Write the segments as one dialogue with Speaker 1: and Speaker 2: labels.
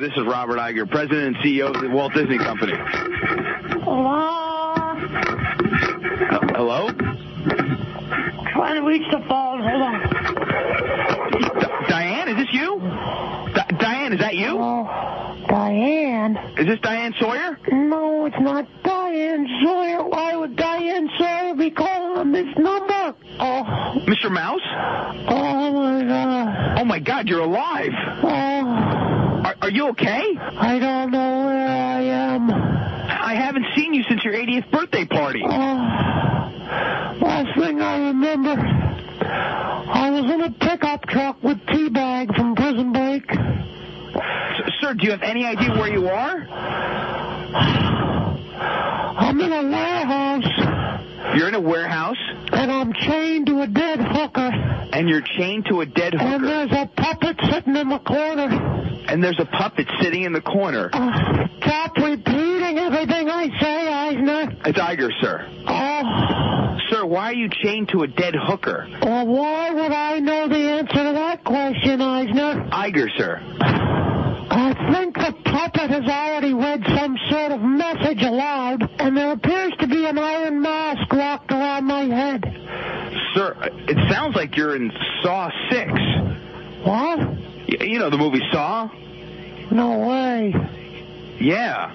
Speaker 1: this is Robert Iger, President and CEO of the Walt Disney Company. Uh,
Speaker 2: Oh,
Speaker 1: Hello?
Speaker 2: Trying to reach the phone. Hold on.
Speaker 1: Di- Diane, is this you? Di- Diane, is that you?
Speaker 2: Oh, Diane.
Speaker 1: Is this Diane Sawyer?
Speaker 2: No, it's not Diane Sawyer. Why would Diane Sawyer be calling on this number? Oh,
Speaker 1: Mr. Mouse?
Speaker 2: oh my God.
Speaker 1: Oh my God, you're alive.
Speaker 2: Oh,
Speaker 1: Are, are you okay?
Speaker 2: I don't know where I am.
Speaker 1: I haven't seen you since your 80th birthday party.
Speaker 2: Oh, last thing I remember, I was in a pickup truck with Teabag from Prison Break.
Speaker 1: S- sir, do you have any idea where you are?
Speaker 2: I'm in a warehouse.
Speaker 1: You're in a warehouse,
Speaker 2: and I'm chained to a dead hooker,
Speaker 1: and you're chained to a dead
Speaker 2: and
Speaker 1: hooker,
Speaker 2: there's a puppet sitting in the corner,
Speaker 1: and there's a puppet sitting in the corner.
Speaker 2: uh, stop repeating everything I say, Eisner.
Speaker 1: It's Iger, sir.
Speaker 2: Oh,
Speaker 1: Sir, why are you chained to a dead hooker?
Speaker 2: well, why would I know the answer to that question, Eisner?
Speaker 1: Iger, sir.
Speaker 2: I think the puppet has already read some sort of message aloud, and there appears to be an iron mask locked around my head.
Speaker 1: Sir, it sounds like you're in Saw 6.
Speaker 2: What?
Speaker 1: Y- You know the movie Saw?
Speaker 2: No way.
Speaker 1: Yeah.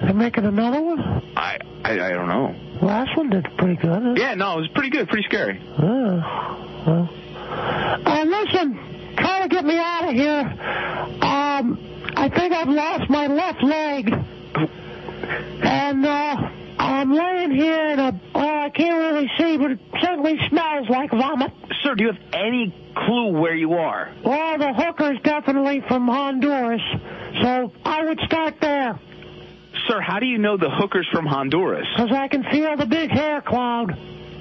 Speaker 2: They're making another one?
Speaker 1: I, I I don't know.
Speaker 2: Last one did pretty good. huh?
Speaker 1: Yeah, no, it was pretty good, pretty scary.
Speaker 2: Oh. Well. Uh, listen, try to get me out of here. Um, I think I've lost my left leg. And, uh, I'm laying here in a, well, I can't really see, but it certainly smells like vomit.
Speaker 1: Sir, do you have any clue where you are?
Speaker 2: Well, the hooker's definitely from Honduras, so I would start there,
Speaker 1: Sir, how do you know the hooker's from Honduras?
Speaker 2: 'cause I can feel the big hair cloud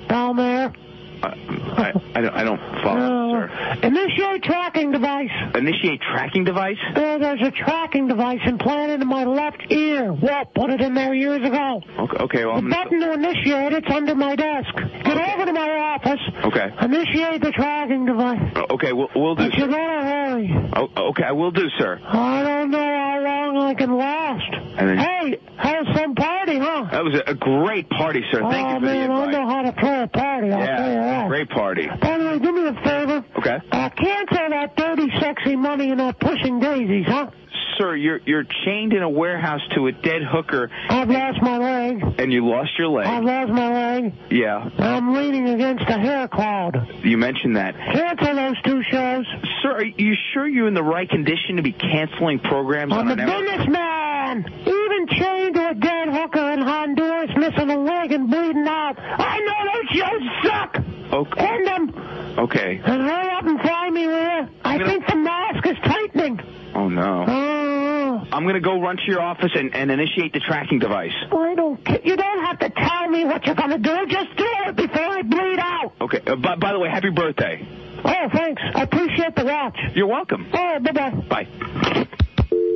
Speaker 2: down there.
Speaker 1: I, I, I don't, I don't follow,
Speaker 2: Uh,
Speaker 1: sir.
Speaker 2: initiate tracking device.
Speaker 1: Initiate tracking device?
Speaker 2: There, there's a tracking device implanted in my left ear. Walt put it in there years ago.
Speaker 1: Okay, okay well,
Speaker 2: The
Speaker 1: I'm
Speaker 2: button to initiate it's under my desk. Get over to my office.
Speaker 1: Okay.
Speaker 2: Initiate the tracking device.
Speaker 1: Okay, we'll, we'll do,
Speaker 2: But you
Speaker 1: sir.
Speaker 2: gotta hurry.
Speaker 1: Oh, okay, I will do, sir.
Speaker 2: I don't know how long I can last.
Speaker 1: And then-
Speaker 2: Hey, how's some party, huh?
Speaker 1: That was a, a great party, sir. Uh, Thank
Speaker 2: oh
Speaker 1: you for
Speaker 2: man,
Speaker 1: the
Speaker 2: I
Speaker 1: invite.
Speaker 2: know how to throw a party. I'll tell you
Speaker 1: Yeah,
Speaker 2: that.
Speaker 1: great party.
Speaker 2: By the way, do me a favor.
Speaker 1: Okay.
Speaker 2: Uh, cancel that dirty, sexy money and that pushing daisies, huh?
Speaker 1: Sir, you're you're chained in a warehouse to a dead hooker,
Speaker 2: I've lost my leg.
Speaker 1: and you lost your
Speaker 2: I've
Speaker 1: leg.
Speaker 2: lost my leg.
Speaker 1: Yeah,
Speaker 2: I'm leaning against a hair cloud.
Speaker 1: you mentioned that.
Speaker 2: Cancel those two shows.
Speaker 1: Sir, are you sure you're in the right condition to be canceling programs
Speaker 2: I'm
Speaker 1: on
Speaker 2: a
Speaker 1: our network?
Speaker 2: businessman. Even chained to a dead hooker in Honduras, missing a leg and bleeding out. I know those shows suck.
Speaker 1: Okay.
Speaker 2: End them
Speaker 1: Okay.
Speaker 2: and hurry up and fly me there. I
Speaker 1: gonna-
Speaker 2: think the mask is tightening.
Speaker 1: Oh no.
Speaker 2: Oh,
Speaker 1: I'm gonna go run to your office and, and initiate the tracking device.
Speaker 2: I don't care. You don't have to tell me what you're gonna do. Just do it before I bleed out.
Speaker 1: Okay. Uh, by, by the way, happy birthday.
Speaker 2: Oh, thanks. I appreciate the watch.
Speaker 1: You're welcome.
Speaker 2: Oh, bye bye.
Speaker 1: Bye.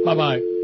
Speaker 3: Bye bye.